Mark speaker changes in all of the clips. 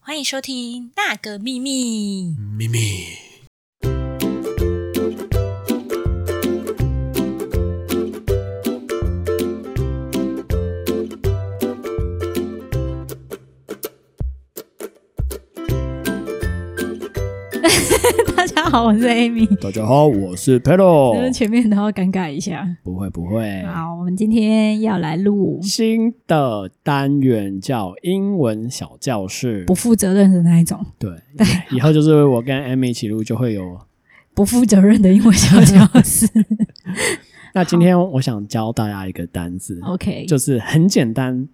Speaker 1: 欢迎收听《那个秘密》。
Speaker 2: 咪咪，
Speaker 1: 大家好，我是 Amy。
Speaker 2: 大家好，我是
Speaker 1: 就是
Speaker 2: Pedro。
Speaker 1: 前面都要尴尬一下。
Speaker 2: 不会不会，
Speaker 1: 好，我们今天要来录
Speaker 2: 新的单元叫英文小教室
Speaker 1: 不。负责任的那一种，
Speaker 2: 对，以后就是我跟 Amy 一起录就会有。
Speaker 1: 不负责任的英文小教 室。
Speaker 2: 那今天我想教大家一个单字，
Speaker 1: OK，
Speaker 2: 就是很简单，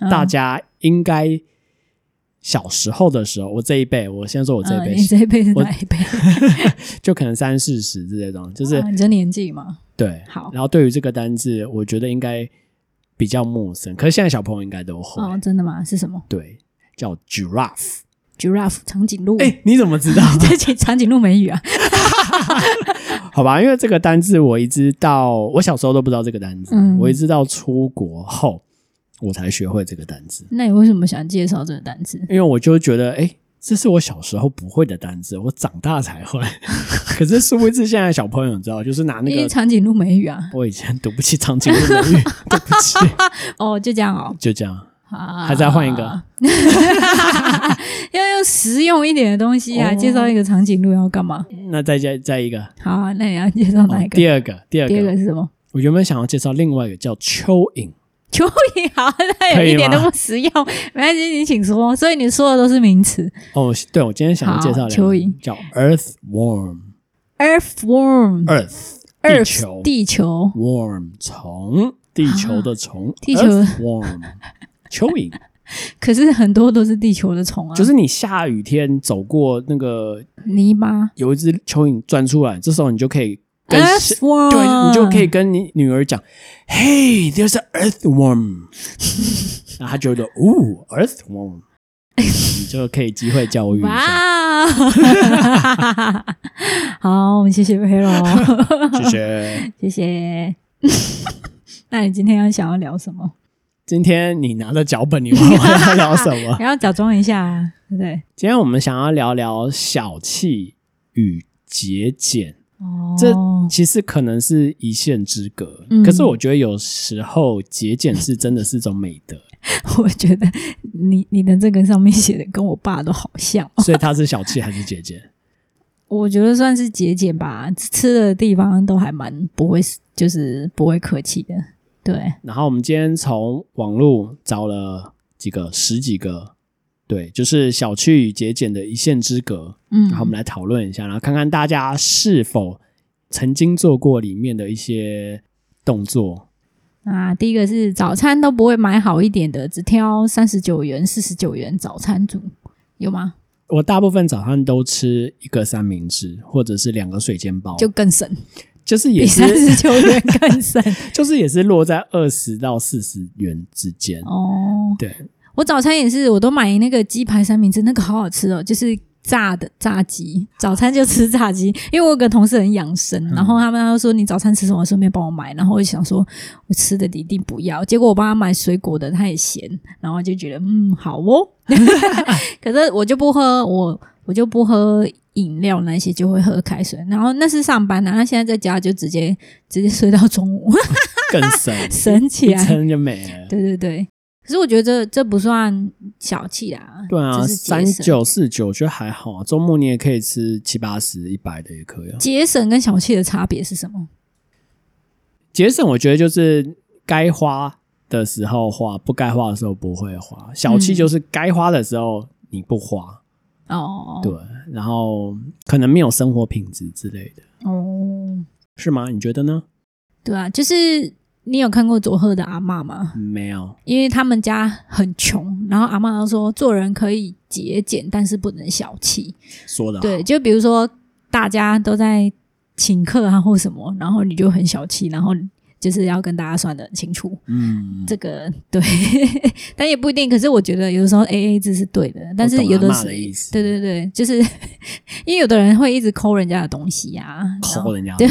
Speaker 1: 嗯
Speaker 2: 大家应该小时候的时候，我这一辈，我先说我这一
Speaker 1: 嗯
Speaker 2: 辈，
Speaker 1: 你这一辈是
Speaker 2: 我
Speaker 1: 哪一辈？
Speaker 2: 就可能三四十之类的东西，就是
Speaker 1: 啊你这年纪嘛。
Speaker 2: 对，
Speaker 1: 好
Speaker 2: 然后对于这个单字，我觉得应该比较陌生，可是现在小朋友应该都会。
Speaker 1: 哦，真的吗？是什么
Speaker 2: 对，叫 giraffe。
Speaker 1: ？Giraffe 长颈鹿。
Speaker 2: 哎、 你怎么知道？
Speaker 1: 这起长颈鹿美语啊。
Speaker 2: 好吧，因为这个单字我一直到我小时候都不知道这个单字，
Speaker 1: 嗯
Speaker 2: 我一直到出国后我才学会这个单字，
Speaker 1: 那你为什么想介绍这个单词？
Speaker 2: 因为我就觉得哎。这是我小时候不会的单字，我长大才会。 可是殊不知，现在小朋友你知道，就是拿那
Speaker 1: 因为
Speaker 2: 个
Speaker 1: 长颈鹿美语啊。
Speaker 2: 我以前读不起长颈鹿 美语，对不起，
Speaker 1: 哦，就这样哦。
Speaker 2: 就这样。
Speaker 1: 啊
Speaker 2: 还是要换一个，
Speaker 1: 要用实用一点的东西啊！
Speaker 2: 哦
Speaker 1: 介绍一个长颈鹿要干嘛？
Speaker 2: 那再加再一个，
Speaker 1: 好啊，那你要介绍哪一
Speaker 2: 哦
Speaker 1: 个？
Speaker 2: 第二个，第二
Speaker 1: 第二
Speaker 2: 个，
Speaker 1: 个是什么？
Speaker 2: 我原本想要介绍另外一个叫蚯蚓，
Speaker 1: 蚯蚓，好，那
Speaker 2: 可
Speaker 1: 有
Speaker 2: 以
Speaker 1: 一点都
Speaker 2: 吗
Speaker 1: 不实用。没关系，你请说。所以你说的都是名词
Speaker 2: 哦，对，我今天想要介绍
Speaker 1: 好
Speaker 2: 两个
Speaker 1: 蚯蚓
Speaker 2: 叫 earthworm，earth
Speaker 1: ，earthworm，
Speaker 2: 地
Speaker 1: Earth，
Speaker 2: 球
Speaker 1: 地球，
Speaker 2: worm 虫，地球的虫，
Speaker 1: 地球
Speaker 2: worm 蚯 蚓，
Speaker 1: 可是很多都是地球的虫啊，
Speaker 2: 就是你下雨天走过那个
Speaker 1: 泥巴。
Speaker 2: 有一只蚯蚓钻出来，这时候你就可以跟小。
Speaker 1: earthworm，
Speaker 2: 对你就可以跟你女儿讲，Hey, there's an earthworm，然后她觉得，哦，earthworm，你就可以机会教育一下。
Speaker 1: 哇，哦 好，我们谢谢佩洛，哦
Speaker 2: 谢谢。
Speaker 1: 谢谢。 那你今天要想要聊什么？
Speaker 2: 今天你拿着脚本，你问我 要聊什么？
Speaker 1: 你要假装一下、啊，对不对？
Speaker 2: 今天我们想要聊聊小气与节俭，
Speaker 1: 哦，
Speaker 2: 这其实可能是一线之隔。
Speaker 1: 嗯
Speaker 2: 可是我觉得有时候节俭是真的是种美 德，
Speaker 1: 我觉得你你的这个上面写的跟我爸都好像哦、
Speaker 2: 所以他是小气还是节俭？
Speaker 1: 我觉得算是节俭吧，吃的地方都还蛮不会，就是不会客气的。对，
Speaker 2: 然后我们今天从网络找了几个十几个，对，就是小气与节俭的一线之隔。
Speaker 1: 嗯，
Speaker 2: 然后我们来讨论一下，然后看看大家是否曾经做过里面的一些动作。
Speaker 1: 啊，第一个是早餐都不会买好一点的，只挑三十九元、四十九元早餐煮，有吗？
Speaker 2: 我大部分早上都吃一个三明治，或者是两个水煎包，
Speaker 1: 就
Speaker 2: 就
Speaker 1: 更省，
Speaker 2: 就是也
Speaker 1: 比
Speaker 2: 是
Speaker 1: 三十九元更省
Speaker 2: 就是也是落在二十到四十元之间。
Speaker 1: 哦。
Speaker 2: 对，
Speaker 1: 我早餐也是，我都买那个鸡排三明治，那个好好吃哦，就是炸的炸鸡。早餐就吃炸鸡，因为我有个同事很养生，然后他们都说你早餐吃什么，顺便帮我买。然后我就想说，我吃的一定不要。结果我帮他买水果的，他也嫌，然后就觉得嗯好哦。可是我就不喝，我我就不喝饮料那些，就会喝开水。然后那是上班的、啊，那现在在家就直接直接睡到中午，
Speaker 2: 更省
Speaker 1: 省起
Speaker 2: 一
Speaker 1: 来。
Speaker 2: 撑就没了。
Speaker 1: 对对对，可是我觉得这这不算小气啦，
Speaker 2: 对啊，
Speaker 1: 就是节
Speaker 2: 三
Speaker 1: 省
Speaker 2: 九四九就还好啊，周末你也可以吃七八十、一百的也可以啊。
Speaker 1: 节省跟小气的差别是什么？
Speaker 2: 节省，我觉得就是该花的时候花，不该花的时候不会花。小气
Speaker 1: 嗯
Speaker 2: 就是该花的时候你不花，
Speaker 1: 哦，
Speaker 2: 对，然后可能没有生活品质之类的，
Speaker 1: 哦，
Speaker 2: 是吗？你觉得呢？
Speaker 1: 对啊，就是你有看过佐贺的阿嬷吗？
Speaker 2: 没有，
Speaker 1: 因为他们家很穷，然后阿嬷都说做人可以节俭，但是不能小气。
Speaker 2: 说的啊
Speaker 1: 对，就比如说大家都在请客啊或什么，然后你就很小气，然后就是要跟大家算的很清楚。
Speaker 2: 嗯，
Speaker 1: 这个 对，但也不一定。可是我觉得有的时候 A A 制是对的，但是
Speaker 2: 懂
Speaker 1: 有
Speaker 2: 阿
Speaker 1: 的
Speaker 2: 嬷
Speaker 1: 时
Speaker 2: 的意思
Speaker 1: 对对对，就是因为有的人会一直抠人家的东西啊，然后
Speaker 2: 抠人家，
Speaker 1: 对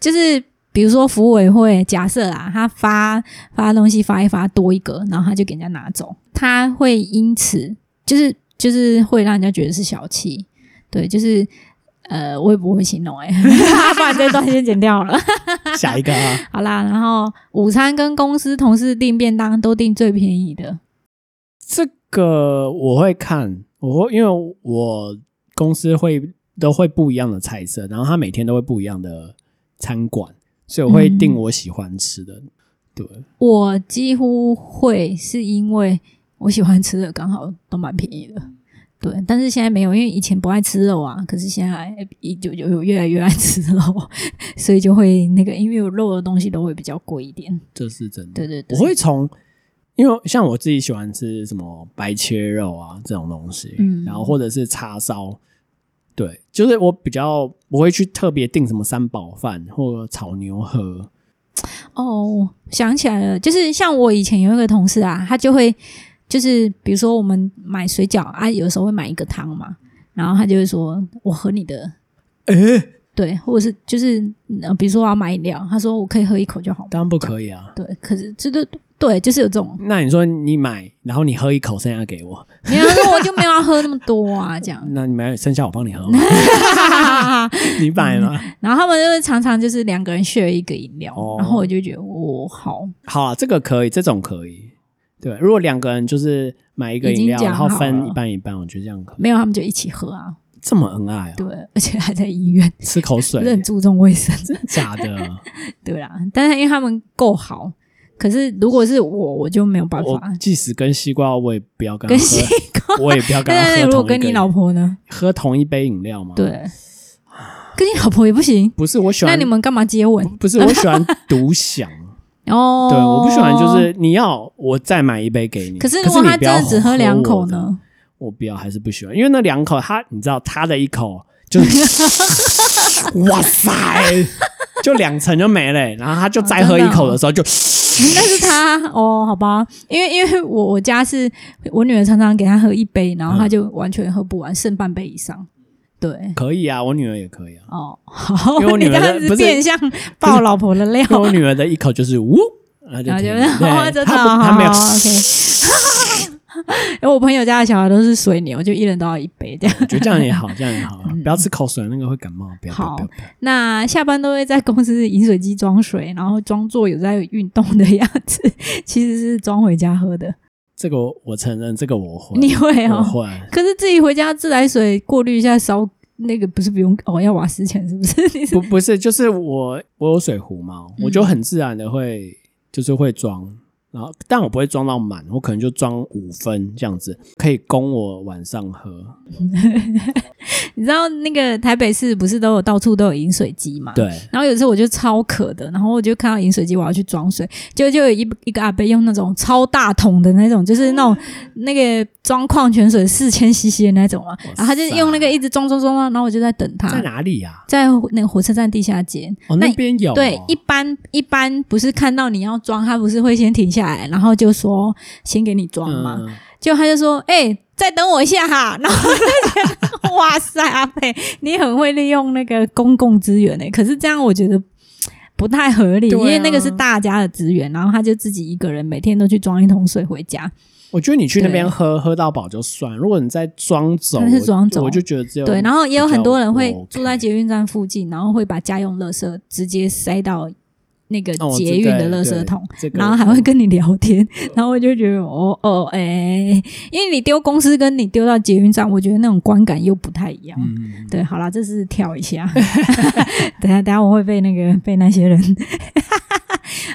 Speaker 1: 就是比如说服委会，假设啊，他发发东西发一发多一个，然后他就给人家拿走，他会因此。就是就是会让人家觉得是小气。对，就是呃，我也不会形容哎、 不然这段先剪掉了。
Speaker 2: 下一个啊，
Speaker 1: 好啦，然后午餐跟公司同事订便当都订最便宜的，
Speaker 2: 这个我会看，我会因为我公司会都会不一样的菜色，然后他每天都会不一样的餐馆，所以我会
Speaker 1: 嗯
Speaker 2: 订我喜欢吃的。对，
Speaker 1: 我几乎会是因为我喜欢吃的刚好都蛮便宜的。对，但是现在没有，因为以前不爱吃肉啊，可是现在一就就有越来越爱吃肉，所以就会那个，因为有肉的东西都会比较贵一点。
Speaker 2: 这是真的。
Speaker 1: 对对对，
Speaker 2: 我会从，因为像我自己喜欢吃什么白切肉啊这种东西，
Speaker 1: 嗯
Speaker 2: 然后或者是叉烧，对，就是我比较不会去特别订什么三宝饭或炒牛河，
Speaker 1: 哦，想起来了，就是像我以前有一个同事啊，他就会就是比如说我们买水饺啊，有时候会买一个汤嘛，然后他就会说我喝你的，
Speaker 2: 诶、
Speaker 1: 对，或者是就是、呃、比如说我要买饮料，他说我可以喝一口就好嘛，
Speaker 2: 当然不可以啊。
Speaker 1: 对，可是这都对，就是有这种，
Speaker 2: 那你说你买，然后你喝一口，剩下给我，。
Speaker 1: 你要说我就没有要喝那么多啊，这样
Speaker 2: 那你买剩下我帮你喝吗？你买吗？
Speaker 1: 然后他们就是常常就是两个人 share 一个饮料，
Speaker 2: 哦
Speaker 1: 然后我就觉得我、好，
Speaker 2: 好啊，这个可以，这种可以。对，如果两个人就是买一个饮
Speaker 1: 已经
Speaker 2: 料，
Speaker 1: 讲
Speaker 2: 然后
Speaker 1: 好
Speaker 2: 分
Speaker 1: 了
Speaker 2: 一半一半，我觉得这样可以。
Speaker 1: 没有他们就一起喝啊，
Speaker 2: 这么恩爱啊，
Speaker 1: 对，而且还在医院，
Speaker 2: 吃口水
Speaker 1: 不，是很注重卫生。
Speaker 2: 真的假的？
Speaker 1: 对啦，但是因为他们够好，可是如果是我，我就没有办
Speaker 2: 我
Speaker 1: 法。
Speaker 2: 即使跟西瓜，我也不要跟
Speaker 1: 跟
Speaker 2: 他
Speaker 1: 西
Speaker 2: 喝，
Speaker 1: 瓜，
Speaker 2: 我也不要跟 他
Speaker 1: 但是
Speaker 2: 喝
Speaker 1: 如果
Speaker 2: 同一
Speaker 1: 跟
Speaker 2: 个
Speaker 1: 你
Speaker 2: 饮
Speaker 1: 老婆呢？
Speaker 2: 喝同一杯饮料吗？，
Speaker 1: 对，跟你老婆也不行。
Speaker 2: 不是我喜
Speaker 1: 那
Speaker 2: 欢
Speaker 1: 你，们干嘛接吻？
Speaker 2: 不是我 喜欢独享。
Speaker 1: 哦，
Speaker 2: 对，我不喜欢就是你要我再买一杯给你，
Speaker 1: 可
Speaker 2: 可
Speaker 1: 是如果
Speaker 2: 你
Speaker 1: 他
Speaker 2: 不
Speaker 1: 真
Speaker 2: 要
Speaker 1: 的只喝两口
Speaker 2: 我的？
Speaker 1: 呢？
Speaker 2: 我不要，还是不喜欢，因为那两口他，你知道他的一口 就是，哇塞，就两层就没了欸、然后他就再喝一口的时候
Speaker 1: 哦
Speaker 2: 就，
Speaker 1: 那是他 哦，好吧，因为因为我我家是我女儿常常给他喝一杯，然后
Speaker 2: 嗯
Speaker 1: 他就完全喝不完，剩半杯以上。对，
Speaker 2: 可以啊，我女儿也可以啊，
Speaker 1: 哦，好
Speaker 2: 因为，我
Speaker 1: 你
Speaker 2: 女儿
Speaker 1: 这样
Speaker 2: 不
Speaker 1: 子
Speaker 2: 是
Speaker 1: 变相爆老婆的料，
Speaker 2: 因为我女儿的一口就是呜，然后就
Speaker 1: 然后就
Speaker 2: 停了
Speaker 1: 哦，
Speaker 2: 对
Speaker 1: 真的
Speaker 2: 她不她没有
Speaker 1: 哦，OK。因为我 朋友家的小孩都是水牛，就一人都要一杯这样。
Speaker 2: 我觉得这样也好，这样也好，啊不要吃口水，那个会感冒。不要，不要
Speaker 1: 好
Speaker 2: 不要不要
Speaker 1: 那下班都会在公司饮水机装水，然后装作有在运动的样子，其实是装回家喝的。
Speaker 2: 这个我我承认，这个我会，
Speaker 1: 你会
Speaker 2: 我
Speaker 1: 哦？
Speaker 2: 会，
Speaker 1: 可是自己回家自来水过滤一下烧，那个不是不用哦，要瓦斯钱是不是？ 你是
Speaker 2: 不不是，就是我我有水壶嘛，我
Speaker 1: 嗯
Speaker 2: 就很自然的会就是会装，然后但我不会装到满，我可能就装五分这样子，可以供我晚上喝。
Speaker 1: 你知道那个台北市不是都有到处都有饮水机嘛？
Speaker 2: 对，
Speaker 1: 然后有一次我就超渴的，然后我就看到饮水机，我要去装水，结果就有一一个阿伯用那种超大桶的那种，就是那种那个装矿泉水四千 CC 的那种嘛，然后他就用那个一直装装装装，然后我就在等
Speaker 2: 在
Speaker 1: 他。
Speaker 2: 哪里呀、
Speaker 1: 在那个火车站地下街，
Speaker 2: 哦，
Speaker 1: 啊那
Speaker 2: 那边有哦、
Speaker 1: 对，一般一般不是看到你要装，他不是会先停下来，然后就说先给你装嘛，
Speaker 2: 嗯，
Speaker 1: 就他就说：“哎、再等我一下哈。” 然后我就觉得哇塞，阿佩，你很会利用那个公共资源呢、欸可是这样我觉得不太合理，
Speaker 2: 对啊
Speaker 1: 因为那个是大家的资源，然后他就自己一个人每天都去装一桶水回家。
Speaker 2: 我觉得你去那边
Speaker 1: 对
Speaker 2: 喝喝到饱就算，如果你在装走，
Speaker 1: 他是装走
Speaker 2: 我就觉得只有
Speaker 1: 对，然后也有很多人会
Speaker 2: 比较
Speaker 1: 住在
Speaker 2: OK
Speaker 1: 捷运站附近，然后会把家用垃圾直接塞到那个
Speaker 2: 哦我知
Speaker 1: 捷运的
Speaker 2: 对
Speaker 1: 垃圾
Speaker 2: 对
Speaker 1: 桶。
Speaker 2: 这个
Speaker 1: 然后还会跟你聊天， 然后我就觉得哦哦哎、因为你丢公司跟你丢到捷运站，我觉得那种观感又不太一样。
Speaker 2: 嗯，
Speaker 1: 对，好啦，这是跳一 下。等一下，等一下，我会被那个被那些人。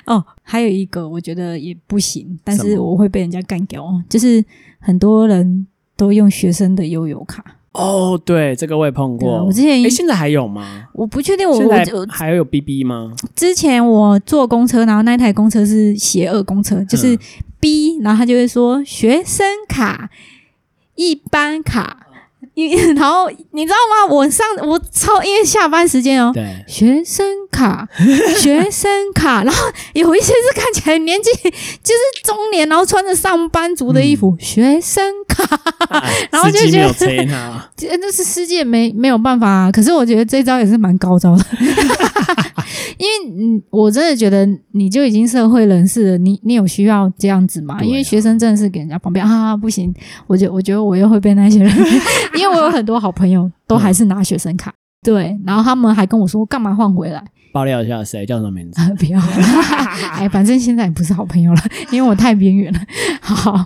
Speaker 1: 哦，还有一个我觉得也不行，但
Speaker 2: 什
Speaker 1: 是
Speaker 2: 么
Speaker 1: 我会被人家干掉，哦就是很多人都用学生的悠游卡，
Speaker 2: 哦，对，这个我也碰
Speaker 1: 对啊
Speaker 2: 过。
Speaker 1: 我之前
Speaker 2: 哎，现在还有吗？
Speaker 1: 我不确定我
Speaker 2: 现在
Speaker 1: 我我
Speaker 2: 还有 BB 吗？
Speaker 1: 之前我坐公车，然后那台公车是邪恶公车，就是
Speaker 2: 嗯
Speaker 1: B，、然后他就会说学生卡、一般卡，因 然后你知道吗？我上我超因为下班时间哦，
Speaker 2: 对，
Speaker 1: 学生卡， 学生卡， 然后有一些是看起来嗯年纪就是中年，然后穿着上班族的衣服，学生卡，
Speaker 2: 哎
Speaker 1: 然后就
Speaker 2: 司机
Speaker 1: 觉
Speaker 2: 没有啊
Speaker 1: 得
Speaker 2: 催他，
Speaker 1: 这那是世界没没有办法、啊，可是我觉得这招也是蛮高 招的，因为你我真的觉得你就已经社会人士了，你你有需要这样子吗？
Speaker 2: 对啊
Speaker 1: 因为学生真的是给人家旁边啊，不行，我觉我觉得我又会被那些人， 因为我有很多好朋友都还是拿学生卡，对，然后他们还跟我说干嘛换回来
Speaker 2: 爆料一下谁叫什么名字？
Speaker 1: 啊， 不要了，哎，反正现在也不是好朋友了， 因为我太边缘了， 好。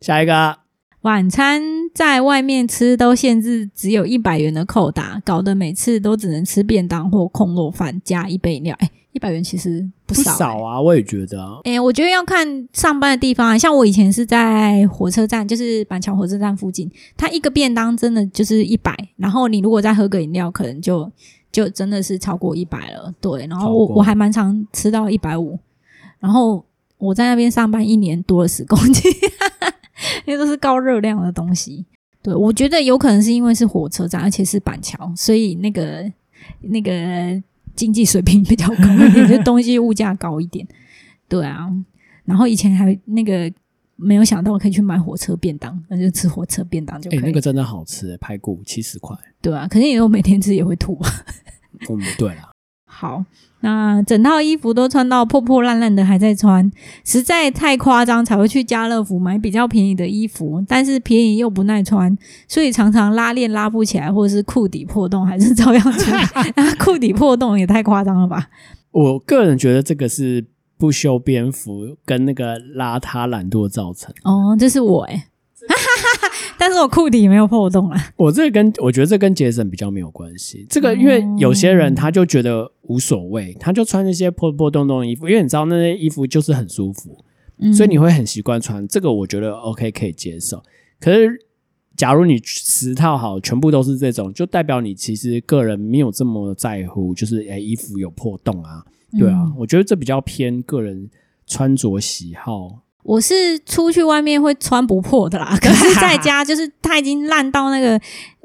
Speaker 2: 下一个啊
Speaker 1: 晚餐在外面吃都限制只有一百元的扣打，搞得每次都只能吃便当或空肉饭加一杯饮料。哎，一百元其实不
Speaker 2: 不
Speaker 1: 少、欸。
Speaker 2: 少啊，我也觉得啊，
Speaker 1: 哎、我觉得要看上班的地方啊。像我以前是在火车站，就是板桥火车站附近，它一个便当真的就是一百，然后你如果再喝个饮料，可能就就真的是超过一百了。对，然后我
Speaker 2: 超过
Speaker 1: 我还蛮常吃到一百五，然后我在那边上班一年多了十公斤， 因为都是高热量的东西。对，我觉得有可能是因为是火车站，而且是板桥，所以那个那个经济水平比较高一点，就东西物价高一 点。对啊，然后以前还那个没有想到可以去买火车便当，那就吃火车便当就可
Speaker 2: 哎、
Speaker 1: 以。
Speaker 2: 那个真的好吃、欸，排骨七十块。
Speaker 1: 对啊，可是你如果每天吃也会吐 吧。
Speaker 2: 嗯，对了，
Speaker 1: 好，那整套衣服都穿到破破烂烂的还在穿，实在太夸张才会去家乐福买比较便宜的衣服，但是便宜又不耐穿，所以常常拉链拉不起来，或者是裤底破洞，还是照样 穿。那裤底破洞也太夸张了吧？
Speaker 2: 我个人觉得这个是不修边幅跟那个邋遢懒惰造成。
Speaker 1: 哦，这是我哎、欸， 但是我裤底没有破洞啦。
Speaker 2: 我这个跟我觉得这跟节省比较没有关系。这
Speaker 1: 哦
Speaker 2: 个因为有些人他就觉得无所谓，他就穿那些破破洞洞的衣服，因为你知道那些衣服就是很舒服，
Speaker 1: 嗯
Speaker 2: 所以你会很习惯穿。这个我觉得 OK 可以接受。可是假如你十套好全部都是这种，就代表你其实个人没有这么在乎，就是诶、衣服有破洞啊，对啊，
Speaker 1: 嗯
Speaker 2: 我觉得这比较偏个人穿着喜好。
Speaker 1: 我是出去外面会穿不破的啦，可是在家就是它已经烂到那个，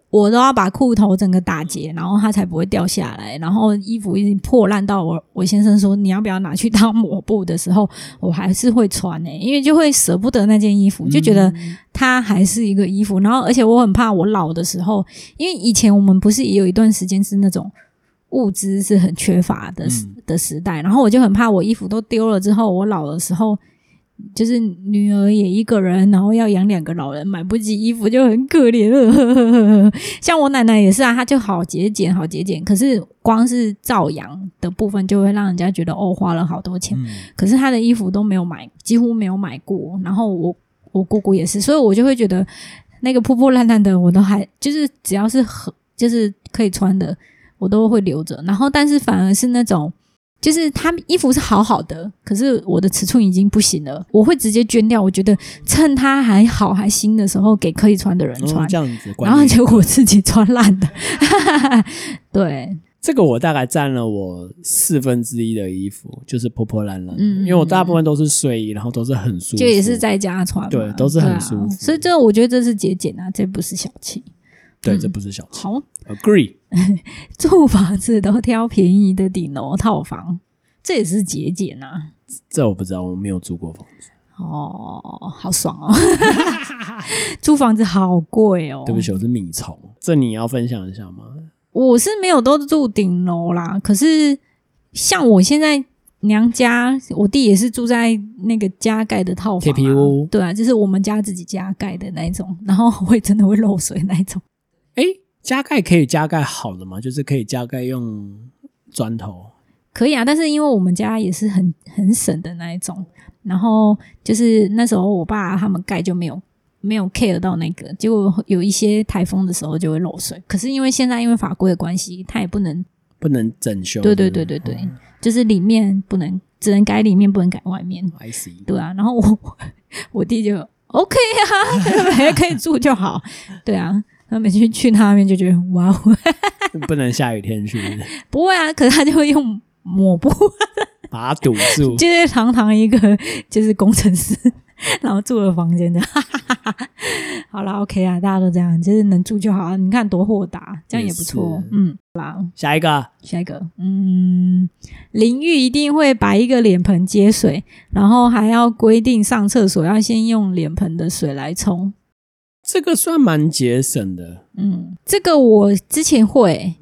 Speaker 1: 我都要把裤头整个打结，然后它才不会掉下来。然后衣服已经破烂到我我先生说你要不要拿去当抹布的时候，我还是会穿呢、因为就会舍不得那件衣服，就觉得它还是一个衣服。然后而且我很怕我老的时候，因为以前我们不是也有一段时间是那种。物资是很缺乏的时、
Speaker 2: 嗯
Speaker 1: 的时代，然后我就很怕我衣服都丢了之后，我老的时候就是女儿也一个人，然后要养两个老人，买不起衣服就很可怜 了。像我奶奶也是啊，她就好节俭，好节俭，可是光是照养的部分就会让人家觉得哦，花了好多钱。
Speaker 2: 嗯，
Speaker 1: 可是她的衣服都没有买，几乎没有买过。然后我我姑姑也是，所以我就会觉得那个破破烂烂的，我都还就是只要是很就是可以穿的，我都会留着。然后但是反而是那种。就是她衣服是好好的，可是我的尺寸已经不行了，我会直接捐掉。我觉得趁它还好还新的时候给可以穿的人穿
Speaker 2: 嗯、，这样子观念。
Speaker 1: 然后结果自己穿烂 的。对，
Speaker 2: 这个我大概占了我四分之一的衣服，就是破破烂烂的，
Speaker 1: 嗯
Speaker 2: 因为我大部分都是睡衣，然后都是很舒服，
Speaker 1: 就也是在家穿嘛，
Speaker 2: 对都是很舒服
Speaker 1: 对啊、所以这我觉得这是节俭啊，这不是小气。
Speaker 2: 对，
Speaker 1: 嗯
Speaker 2: 这不是小气。
Speaker 1: 好，
Speaker 2: Agree，
Speaker 1: 住房子都挑便宜的顶楼套房，这也是节俭啊。
Speaker 2: 这我不知道，我没有租过房子，
Speaker 1: 哦，好爽 哦！ 租房子好贵哦。
Speaker 2: 对不起，我是米虫。这你要分享一下吗？
Speaker 1: 我是没有都住顶楼啦，可是像我现在娘家，我弟也是住在那个加盖的套房、啊，
Speaker 2: 铁皮屋
Speaker 1: 对啊，就是我们家自己加盖的那一种，然后会真的会漏水那一种。
Speaker 2: 哎，加盖可以加盖好的吗？就是可以加盖用砖头，
Speaker 1: 可以啊，但是因为我们家也是很很省的那一种，然后就是那时候我爸他们盖就没有没有 care 到那个，结果有一些台风的时候就会漏水。可是因为现在因为法规的关系，它也不能，
Speaker 2: 不能整修。
Speaker 1: 对对
Speaker 2: 不
Speaker 1: 对对对，就是里面不能，只能改里面，不能改外面。
Speaker 2: ，I see。
Speaker 1: 对啊，然后我 我弟就 OK 啊， 还可以住就好。对啊，他每次去他那边就觉得哇哦，
Speaker 2: 不能下雨天去
Speaker 1: 不会啊，可 是他就会用抹布，
Speaker 2: 哦把它堵住。
Speaker 1: 就是堂堂一个就是工程师， 然后住了房间的。 好啦 o k 啊，大家都这样，就是能住就好啊。你看多豁达，这样也不错
Speaker 2: 也是。
Speaker 1: 嗯，啦，
Speaker 2: 下一个，啊
Speaker 1: 下一个，嗯，淋浴一定会摆一个脸盆接水，然后还要规定上厕所要先用脸盆的水来冲。
Speaker 2: 这个算蛮节省的。
Speaker 1: 嗯，这个我之前会，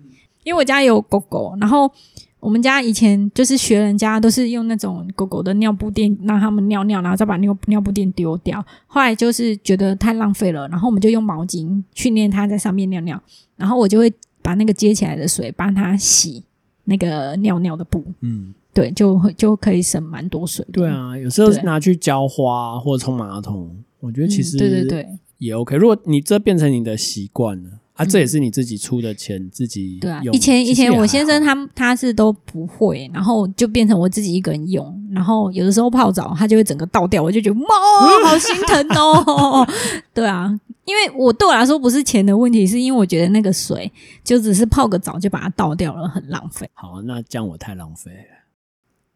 Speaker 1: 因为我家有狗狗，然后我们家以前就是学人家都是用那种狗狗的尿布垫让他们尿尿，然后再把尿尿布垫丢掉。后来就是觉得太浪费了，然后我们就用毛巾训练它在上面尿尿，然后我就会把那个接起来的水帮它洗那个尿尿的布，
Speaker 2: 嗯，
Speaker 1: 对，就会就可以省蛮多水的。
Speaker 2: 对啊，有时候
Speaker 1: 嗯对
Speaker 2: 拿去浇花或冲马桶，我觉得
Speaker 1: 嗯，
Speaker 2: 其实
Speaker 1: 对对对
Speaker 2: 也 OK。如果你这变成你的习惯了啊，这也是你自己出的钱，自己
Speaker 1: 嗯对啊，
Speaker 2: 用
Speaker 1: 以前
Speaker 2: 其
Speaker 1: 以
Speaker 2: 实也
Speaker 1: 前
Speaker 2: 还
Speaker 1: 我先生
Speaker 2: 好
Speaker 1: 他他是都不会，然后就变成我自己一个人用，然后有的时候泡澡他就会整个倒掉，我就觉得猫 好心疼哦。 对啊，因为我对我来说不是钱的问题，是因为我觉得那个水就只是泡个澡就把它倒掉了，很浪费。
Speaker 2: 好，那这样我太浪费 了。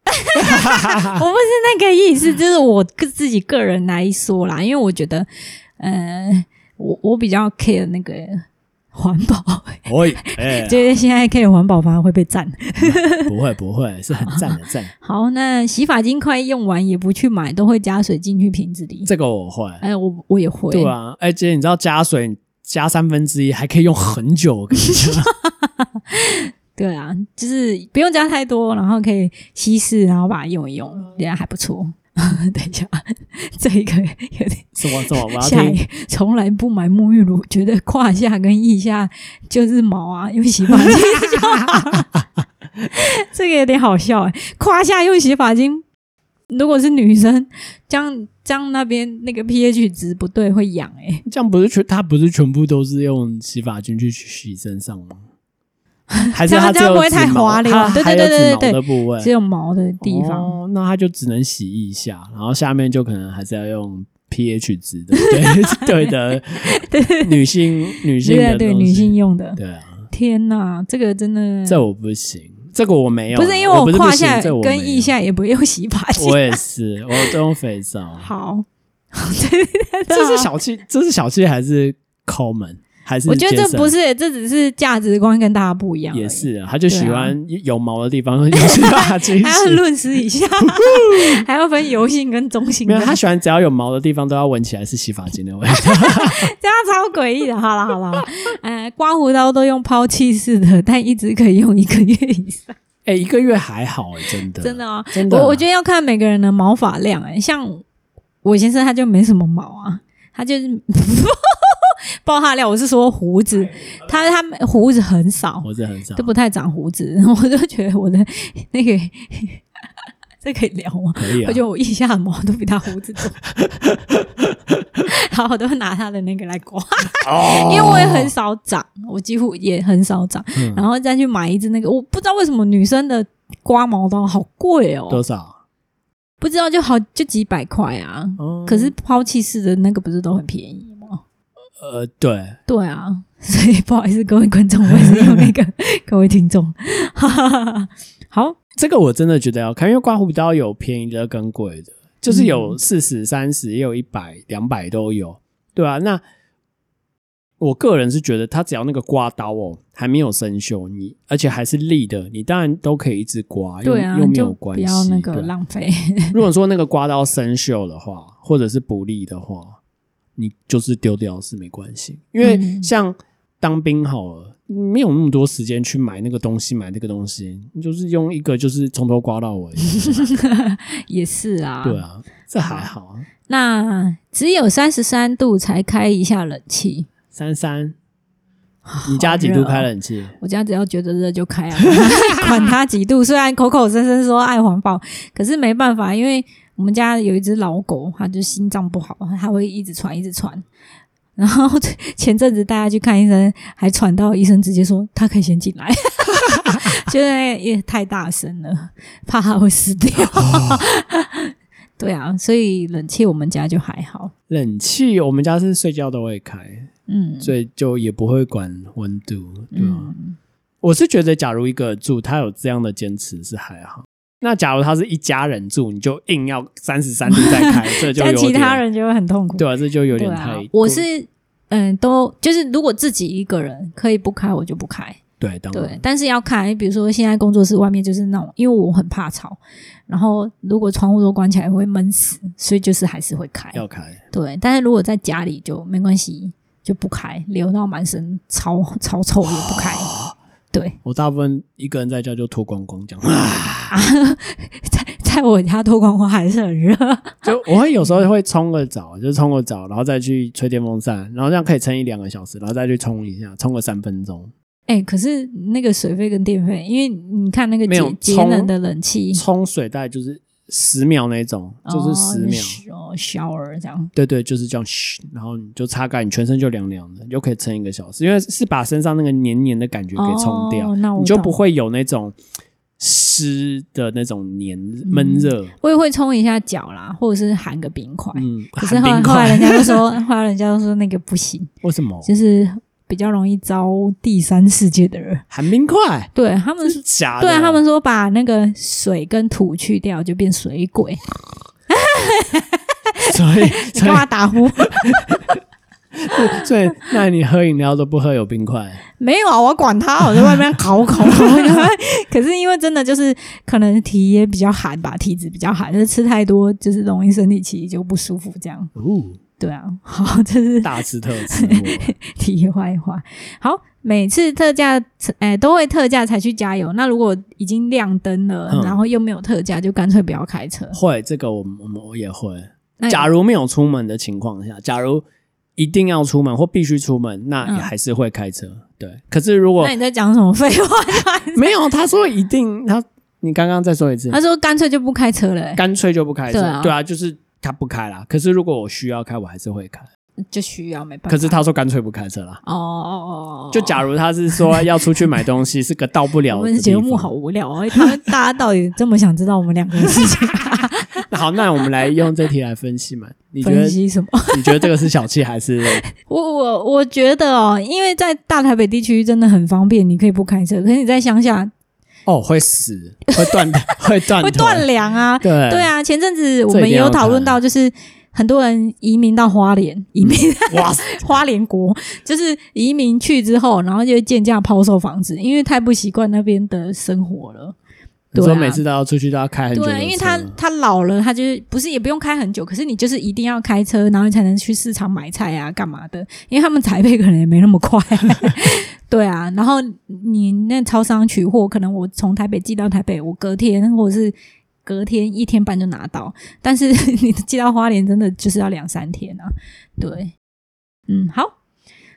Speaker 2: 啊
Speaker 1: 我不是那个意思，就是我个自己个人来说啦，因为我觉得，呃，我我比较 care 那个环保，
Speaker 2: 喂，哎、
Speaker 1: 就是现在 care 环保反而会被赞。
Speaker 2: 不会不会，是很赞的 赞。
Speaker 1: 好，那洗发精快用完也不去买，都会加水进去瓶子里。
Speaker 2: 这个我会，
Speaker 1: 哎、我我也会。
Speaker 2: 对啊，而且你知道加水加三分之一还可以用很久，我跟你讲
Speaker 1: 对啊，就是不用加太多，然后可以稀释，然后把它用一用，
Speaker 2: 嗯
Speaker 1: 这样还不错。 等一下，这一个有点
Speaker 2: 什么什么，我 要
Speaker 1: 下
Speaker 2: 听
Speaker 1: 一。从来不买沐浴乳，觉得胯下跟腋下就是毛啊，用洗发精 就好了。这个有点好笑哎、胯下用洗发精，如果是女生，这样这样那边那个 pH 值不对会痒哎、
Speaker 2: 这样不是全，他不是全部都是用洗发精去洗身上 吗？还是
Speaker 1: 这样
Speaker 2: 他
Speaker 1: 这
Speaker 2: 只
Speaker 1: 样
Speaker 2: 有
Speaker 1: 不会
Speaker 2: 指
Speaker 1: 太
Speaker 2: 毛
Speaker 1: 滑溜
Speaker 2: 他
Speaker 1: 对对
Speaker 2: 还有
Speaker 1: 对对
Speaker 2: 指毛
Speaker 1: 对
Speaker 2: 的部位
Speaker 1: 只有毛的地方。
Speaker 2: 哦，那他就只能洗一下，然后下面就可能还是要用 pH 值的， 对对的，女性女性
Speaker 1: 对
Speaker 2: 的
Speaker 1: 对，
Speaker 2: 东西
Speaker 1: 女性用的。
Speaker 2: 对啊，
Speaker 1: 天哪，这个真的
Speaker 2: 这我不行，这个我没有，啊
Speaker 1: 不是因为
Speaker 2: 我不是不
Speaker 1: 胯
Speaker 2: 行
Speaker 1: 下
Speaker 2: 这我
Speaker 1: 跟
Speaker 2: 没
Speaker 1: 腋
Speaker 2: 有
Speaker 1: 下也不用洗发精。
Speaker 2: 我。也是，我都用肥皂
Speaker 1: 好，啊
Speaker 2: 这是小气，这是小气还是抠门？还是
Speaker 1: 我觉得
Speaker 2: 节
Speaker 1: 这
Speaker 2: 省
Speaker 1: 不是，这只是价值观跟大家不一样。
Speaker 2: 也，是啊，他就
Speaker 1: 对啊
Speaker 2: 喜欢有毛的地方用洗发
Speaker 1: 啊
Speaker 2: 精
Speaker 1: 还要啊
Speaker 2: 洗。
Speaker 1: 论识一下，还要分油性跟中性
Speaker 2: 没
Speaker 1: 跟。
Speaker 2: 有，他喜欢只要有毛的地方都要闻起来是洗发精的味 道。
Speaker 1: 这样超诡异的。好啦好啦， 呃，刮胡刀都用抛弃式的，但一直可以用一个月以上，
Speaker 2: 哎，一个月还好哎，真的，
Speaker 1: 真的哦。
Speaker 2: 真的。啊
Speaker 1: 我我觉得要看每个人的毛发量、欸，像我先生他就没什么毛啊，他就是 爆他料，我是说胡子，他他胡子很少，
Speaker 2: 我是很少
Speaker 1: 都，不太长胡子， 我就觉得我的那个 这可以聊吗？
Speaker 2: 可以
Speaker 1: 我
Speaker 2: 啊
Speaker 1: 觉。得我腋下的毛都比他胡子多，然后我都拿他的那个来刮，
Speaker 2: 哦
Speaker 1: 因为我也很少长，我几乎也很少长，
Speaker 2: 嗯
Speaker 1: 然后再去买一支那个，我不知道为什么女生的刮毛刀好贵哦，
Speaker 2: 多少？
Speaker 1: 不知道就好就几百块啊。
Speaker 2: 哦
Speaker 1: 可是抛弃式的那个不是都很便宜吗？
Speaker 2: 呃，对，
Speaker 1: 对啊，所以不好意思各位观众，我也是用那 个各位听众。哈哈哈哈好，
Speaker 2: 这个我真的觉得要看，因为刮胡刀有便宜的跟贵的，就是
Speaker 1: 嗯
Speaker 2: 有四十、三十，也有一百、两百都有，对啊，那我个人是觉得，它只要那个刮刀哦还没有生锈，你而且还是利的，你当然都可以一直刮，又
Speaker 1: 对啊，
Speaker 2: 又没
Speaker 1: 就
Speaker 2: 有关
Speaker 1: 不
Speaker 2: 系。
Speaker 1: 要那个
Speaker 2: 对啊
Speaker 1: 浪费。
Speaker 2: 如果说那个刮刀生锈的话，或者是不利的话，你就是丢掉是没关系，因为
Speaker 1: 嗯
Speaker 2: 像当兵好了，没有那么多时间去买那个东西，买那个东西，你就是用一个就是从头刮到尾。
Speaker 1: 也是啊，
Speaker 2: 对啊，这还好啊。
Speaker 1: 那只有三十三度才开一下冷气，
Speaker 2: 三三，你家几度开
Speaker 1: 了？
Speaker 2: 冷气？
Speaker 1: 我家只要觉得热就开 啊，管它几度。虽然口口声声说爱环保，可是没办法，因为我们家有一只老狗，它就心脏不好，它会一直喘，一直喘。然后前阵子带它去看医生，还喘到医生直接说它可以先进来， 就是也太大声了，怕它会死掉。
Speaker 2: 哦
Speaker 1: 对啊，所以冷气我们家就还好。
Speaker 2: 冷气我们家是睡觉都会开，
Speaker 1: 嗯，
Speaker 2: 所以就也不会管温度，对啊。
Speaker 1: 嗯
Speaker 2: 我是觉得，假如一个人住，他有这样的坚持是还好。那假如他是一家人住，你就硬要三十三度再 开，这就有
Speaker 1: 但
Speaker 2: 点
Speaker 1: 其他人就会很痛苦。
Speaker 2: 对啊，这就有
Speaker 1: 对
Speaker 2: 点
Speaker 1: 啊
Speaker 2: 太。
Speaker 1: 我是嗯，都就是如果自己一个人可以不开，我就不开。
Speaker 2: 对，当
Speaker 1: 对
Speaker 2: 然，，
Speaker 1: 但是要看，比如说现在工作室外面就是那种，因为我很怕吵，然后如果窗户都关起来会闷死，所以就是还是会开。
Speaker 2: 要开。
Speaker 1: 对，但是如果在家里就没关系，就不开，流到满身超超臭也不开。
Speaker 2: 哦
Speaker 1: 对，啊
Speaker 2: 我大部分一个人在家就脱光光这样，
Speaker 1: 在我家脱光光还是很热。
Speaker 2: 就我会有时候会冲个澡，就是冲个澡，然后再去吹电风扇，然后这样可以撑一两个小时，然后再去冲一下，冲个三分钟。
Speaker 1: 哎、可是那个水费跟电费，因为你看那个
Speaker 2: 没有
Speaker 1: 节节
Speaker 2: 冲
Speaker 1: 能的冷气，
Speaker 2: 冲水袋就是十秒那种，就是十秒。
Speaker 1: 哦哦，shower 这样。
Speaker 2: 对对，就是这样，嘘然后你就擦干，你全身就凉凉的，又可以撑一个小时，因为是把身上那个黏黏的感觉给冲掉，
Speaker 1: 哦那我
Speaker 2: 你就
Speaker 1: 懂
Speaker 2: 不会有那种湿的那种黏闷热。
Speaker 1: 我也会冲一下脚啦，或者是含个冰块。
Speaker 2: 嗯，
Speaker 1: 哎可是
Speaker 2: 寒
Speaker 1: 后来
Speaker 2: 冰
Speaker 1: 后来人家
Speaker 2: 块，
Speaker 1: 就说，后来人家就说那个不行，
Speaker 2: 为什么？
Speaker 1: 就是比较容易招第三世界的人。
Speaker 2: 寒冰块，
Speaker 1: 对他们
Speaker 2: 真是假的？哦
Speaker 1: 对啊他们说把那个水跟土去掉，就变水鬼。
Speaker 2: 所以
Speaker 1: 你
Speaker 2: 所
Speaker 1: 干嘛打呼？
Speaker 2: 以所以，那你喝饮料都不喝有冰块？
Speaker 1: 没有啊，我管他，我在外面烤烤。 可是因为真的就是可能体也比较寒吧，体质比较寒，就是吃太多就是容易身体其实就不舒服这样。
Speaker 2: 哦，
Speaker 1: 对啊，好，这是
Speaker 2: 大吃特吃，
Speaker 1: 题外话。好，每次特价，哎、都会特价才去加油。那如果已经亮灯了，
Speaker 2: 嗯
Speaker 1: 然后又没有特价，就干脆不要开车
Speaker 2: 我。会这个我们我们我也会。
Speaker 1: 那
Speaker 2: 假如没有出门的情况下，假如一定要出门或必须出门，那
Speaker 1: 嗯
Speaker 2: 也还是会开车。对，可是如果
Speaker 1: 那你在讲什么废话？
Speaker 2: 没有，他说一定他，你刚刚再说一次
Speaker 1: 他，说干脆就不开车了、欸
Speaker 2: 干脆就不开
Speaker 1: 对
Speaker 2: 车。
Speaker 1: 啊
Speaker 2: 对啊，就是他不开啦。可是如果我需要开，我还是会开。
Speaker 1: 就需要没办法。
Speaker 2: 可是他说干脆不开车啦。
Speaker 1: 哦哦哦哦，
Speaker 2: 就假如他是说要出去买东西，是个到不了
Speaker 1: 我
Speaker 2: 的
Speaker 1: 们
Speaker 2: 地
Speaker 1: 节目
Speaker 2: 方
Speaker 1: 好无聊哦，他们 大家到底这么想知道我们两个的事情，
Speaker 2: 好，那我们来用这题来分析嘛？你觉得
Speaker 1: 分析什么？
Speaker 2: 你觉得这个是小气还是
Speaker 1: 我我我觉得哦，因为在大台北地区真的很方便，你可以不开车，可是你在乡下
Speaker 2: 哦会死会断会断
Speaker 1: 会
Speaker 2: 腿
Speaker 1: 断粮啊，
Speaker 2: 对
Speaker 1: 对啊，前阵子我
Speaker 2: 哎这一
Speaker 1: 们
Speaker 2: 定
Speaker 1: 也
Speaker 2: 要
Speaker 1: 有讨论到，就是很多人移民到花莲，移 民
Speaker 2: 哇塞
Speaker 1: 花莲国，就是移民去之后，然后就会贱价抛售房子，因为太不习惯那边的生活了。
Speaker 2: 你
Speaker 1: 对
Speaker 2: 说
Speaker 1: 啊
Speaker 2: 每次都要出去都要开很久的车，
Speaker 1: 对，因为他他老了，他就是不是也不用开很久，可是你就是一定要开车，然后你才能去市场买菜啊，干嘛的？因为他们台北可能也没那么快， 对啊。然后你那超商取货，可能我从台北寄到台北，我隔天或者是隔天一天半就拿到，但是 你寄到花莲真的就是要两三天啊。对，嗯，好，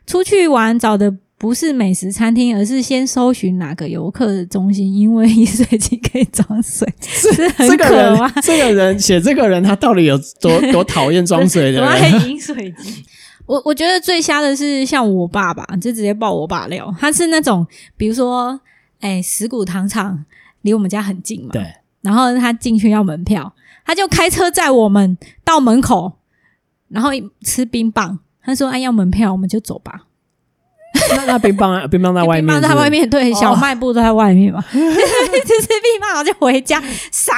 Speaker 1: 出去玩找的。不是美食餐厅，而是先搜寻哪个游客中心，因为 饮水机可以装水，是很
Speaker 2: 这个
Speaker 1: 渴啊望
Speaker 2: 人，这个人写这个人，他到底有多多讨厌装 水的
Speaker 1: 我
Speaker 2: 人？
Speaker 1: 爱饮水机。 我我觉得最瞎的是像我爸爸，就直接爆我爸料。他是那种，比如说，哎、石鼓糖厂离我们家很近嘛，
Speaker 2: 对。
Speaker 1: 然后他进去要门票，他就开车载我们到门口，然后吃冰棒。他说：“哎、要门票，我们就走吧。
Speaker 2: 那那冰棒啊，冰棒在外
Speaker 1: 冰
Speaker 2: 面，
Speaker 1: 棒在外，面，对，
Speaker 2: 哦
Speaker 1: 小卖部都在外面嘛。 一直吃冰棒，然后就回家，傻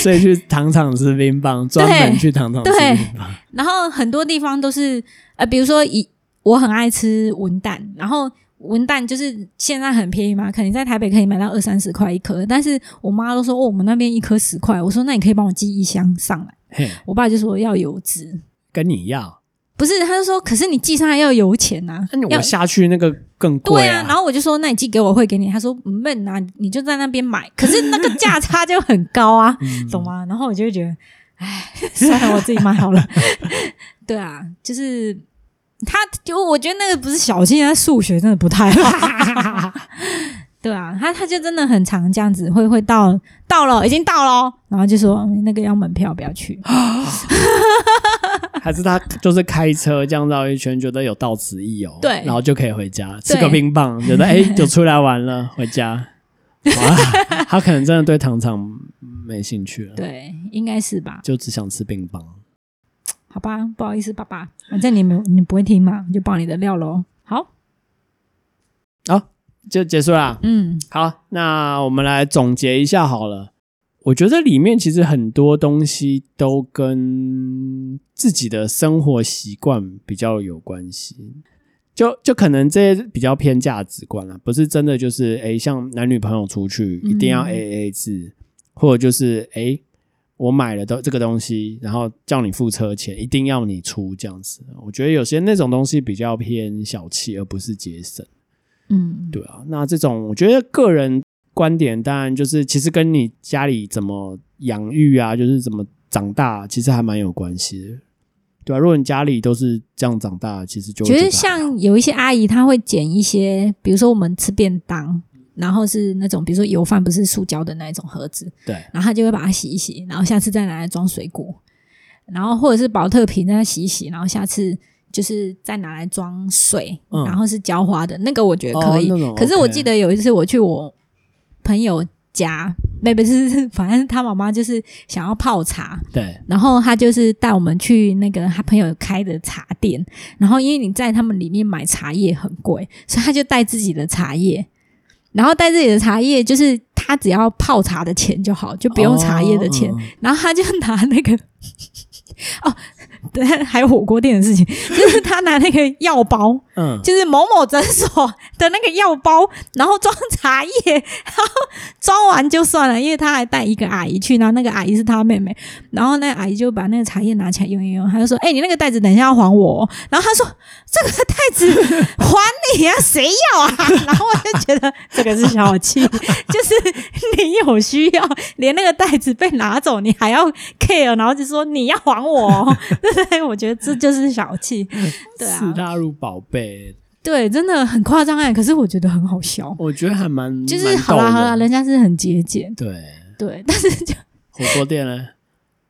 Speaker 2: 所以去糖厂吃冰棒，专门去糖厂吃
Speaker 1: 对
Speaker 2: 冰棒。
Speaker 1: 然后很多地方都是呃，比如说以我很爱吃文旦，然后文旦就是现在很便宜嘛，可能在台北可以买到二三十块一颗，但是我妈都说哦，我们那边一颗十块，我说那你可以帮我寄一箱上来，
Speaker 2: 嘿，
Speaker 1: 我爸就说要油脂，
Speaker 2: 跟你要，
Speaker 1: 不是，他就说可是你寄上来要油钱啊呐、
Speaker 2: 那
Speaker 1: 要
Speaker 2: 我下去那个更
Speaker 1: 对啊
Speaker 2: 贵啊
Speaker 1: 然后我就说那你寄给我会给你，他说嗯没拿，你就在那边买，可是那个价差就很高啊，懂吗？然后我就会觉得，哎， 算了，我自己买好了。 对啊，就是他，就我觉得那个不是小心，他数学真的不太好。 对啊，他他就真的很常这样子，会会到到了，已经到了哦，然后就说嗯那个要门票，不要去。
Speaker 2: 还是他就是开车这样绕一圈，觉得有到此一游，
Speaker 1: 对
Speaker 2: 然后就可以回家吃个冰棒，觉得哎，就出来玩了，回家。哇，他可能真的对糖厂没兴趣了，
Speaker 1: 对，应该是吧？
Speaker 2: 就只想吃冰棒。
Speaker 1: 好吧，不好意思，爸爸，反正你没有你不会听嘛，就爆你的料喽。好，
Speaker 2: 就结束啦。
Speaker 1: 嗯，
Speaker 2: 好，那我们来总结一下好了。我觉得里面其实很多东西都跟自己的生活习惯比较有关系。就就可能这些比较偏价值观了，不是真的就是哎、诶像男女朋友出去一定要
Speaker 1: 嗯
Speaker 2: A A 制，或者就是哎、诶我买了东这个东西，然后叫你付车钱，一定要你出这样子。我觉得有些那种东西比较偏小气，而不是节省。
Speaker 1: 嗯，
Speaker 2: 对啊，那这种我觉得个人观点，当然就是其实跟你家里怎么养育啊，就是怎么长大，其实还蛮有关系的。对啊，如果你家里都是这样长大，其实就会
Speaker 1: 觉得
Speaker 2: 还好
Speaker 1: 像有一些阿姨，她会捡一些，比如说我们吃便当，然后是那种比如说油饭不是塑胶的那一种盒子，
Speaker 2: 对
Speaker 1: 然后她就会把它洗一洗，然后下次再拿来装水果，然后或者是保特瓶再洗一洗，然后下次就是再拿来装水，
Speaker 2: 嗯
Speaker 1: 然后是浇花的那个，我觉得可以。
Speaker 2: 哦那种
Speaker 1: 可是我
Speaker 2: OK
Speaker 1: 记得有一次我去我朋友家，那不是，反正他妈妈就是想要泡茶，
Speaker 2: 对
Speaker 1: 然后他就是带我们去那个他朋友开的茶店，然后因为你在他们里面买茶叶很贵，所以他就带自己的茶叶，然后带自己的茶叶就是他只要泡茶的钱就好，就不用茶叶的钱，
Speaker 2: 哦
Speaker 1: 然后他就拿那个 哦，对，还有火锅店的事情，就是他拿那个药包，
Speaker 2: 嗯，嗯
Speaker 1: 就是某某诊所的那个药包，然后装茶叶，然后装完就算了，因为他还带一个阿姨去，然后那个阿姨是他妹妹，然后那个阿姨就把那个茶叶拿起来用用用，他就说：“哎、你那个袋子等一下要还我哦。”然后他说：“这个袋子还你啊，谁要啊？”然后我就觉得这个是小气， 就是你有需要，连那个袋子被拿走，你还要 care，然后就说你要还我哦，对不对？我觉得这就是小气，对啊，
Speaker 2: 视他如宝贝，
Speaker 1: 对，真的很夸张哎，可是我觉得很好笑，
Speaker 2: 我觉得还蛮
Speaker 1: 就是好啦好啦，，
Speaker 2: 蛮逗的
Speaker 1: 人家是很节俭，
Speaker 2: 对
Speaker 1: 对，但是就
Speaker 2: 火锅 店呢，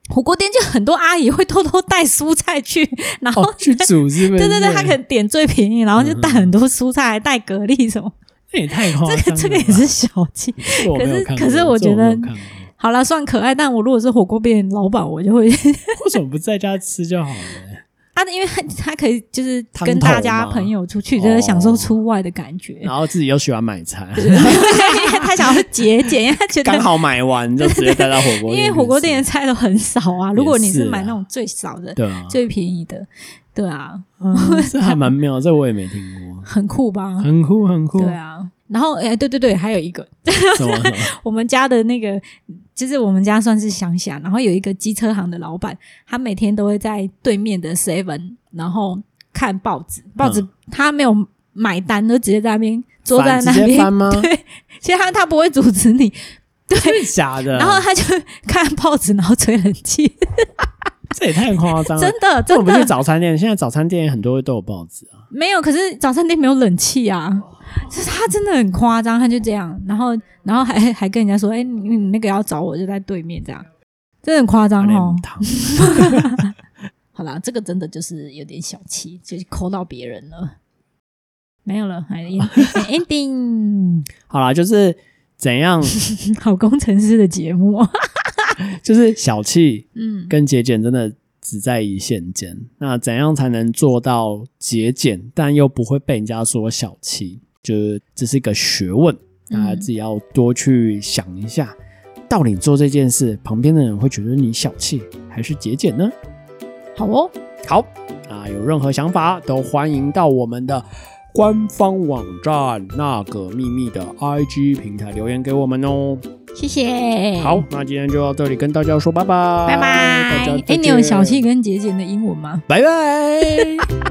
Speaker 1: 火锅店就很多阿姨会偷偷带蔬菜去，然后、
Speaker 2: 哦，去煮是不是？
Speaker 1: 对对对，她可能点最便宜，然后就带很多蔬菜，还带蛤蜊什么，
Speaker 2: 那也太夸张哦了吧，
Speaker 1: 这个这个也是小气。
Speaker 2: 这个我没有
Speaker 1: 可是
Speaker 2: 看过，
Speaker 1: 可是我觉得
Speaker 2: 这个我没有看过
Speaker 1: 好啦，算可爱，但我如果是火锅店老板，我就会
Speaker 2: 为什么不在家吃就 好了？
Speaker 1: 啊，因为他他可以就是
Speaker 2: 汤
Speaker 1: 跟大
Speaker 2: 头
Speaker 1: 家
Speaker 2: 嘛
Speaker 1: 朋友出去，就是享受出外的感觉，
Speaker 2: 然后自己又喜欢买菜，
Speaker 1: 因为他想要节俭，因为他觉得
Speaker 2: 刚好买完就直接带到火锅店去吃，
Speaker 1: 因为火锅店的菜都很少啊，如果你
Speaker 2: 也
Speaker 1: 是
Speaker 2: 是啊
Speaker 1: 买那种最少的、
Speaker 2: 对啊，
Speaker 1: 最便宜的，对啊，
Speaker 2: 这还蛮妙，这我也没听过，
Speaker 1: 很酷吧？
Speaker 2: 很酷很酷，
Speaker 1: 对啊。然后，哎、对对对，还有一个，
Speaker 2: 什么什么
Speaker 1: 我们家的那个，就是我们家算是乡下，然后有一个机车行的老板，他每天都会在对面的 Seven，然后看报纸，报纸、
Speaker 2: 嗯
Speaker 1: 他没有买单， 都直接在那边坐在
Speaker 2: 翻
Speaker 1: 那
Speaker 2: 直接
Speaker 1: 边，
Speaker 2: 翻吗？
Speaker 1: 对，其实他他不会阻止你，
Speaker 2: 真的假的？
Speaker 1: 然后他就看报纸，然后吹冷气，
Speaker 2: 这也太夸张了
Speaker 1: 真。的
Speaker 2: 嗯这我
Speaker 1: 真
Speaker 2: 们去
Speaker 1: 的
Speaker 2: 早餐店，现在早餐店很多都有报纸啊。
Speaker 1: 没有，可是早餐店没有冷气啊，就是他真的很夸张，他就这样，然后然后还 还跟人家说，哎、你你那个要找我就在对面这样，真的很夸张哦。
Speaker 2: 汤
Speaker 1: 好啦，这个真的就是有点小气，就是抠到别人了。没有了，还 ending，
Speaker 2: 好啦，就是 怎样，
Speaker 1: 好工程师的节目，
Speaker 2: 就是小气
Speaker 1: 嗯，
Speaker 2: 跟节俭真的只在一线间。那怎样才能做到节俭，但又不会被人家说小气？就是这是一个学问，
Speaker 1: 嗯
Speaker 2: 大家自己要多去想一下，到底做这件事，旁边的人会觉得你小气还是节俭呢？
Speaker 1: 好哦，
Speaker 2: 好啊，有任何想法都欢迎到我们的官方网站那个秘密的 IG 平台留言给我们哦。
Speaker 1: 谢谢，
Speaker 2: 好，，那今天就到这里，跟大嗯家说拜拜，
Speaker 1: 拜拜。
Speaker 2: 大家
Speaker 1: 哎
Speaker 2: 再、见
Speaker 1: 你有小气，跟节俭的英文吗？
Speaker 2: 拜拜。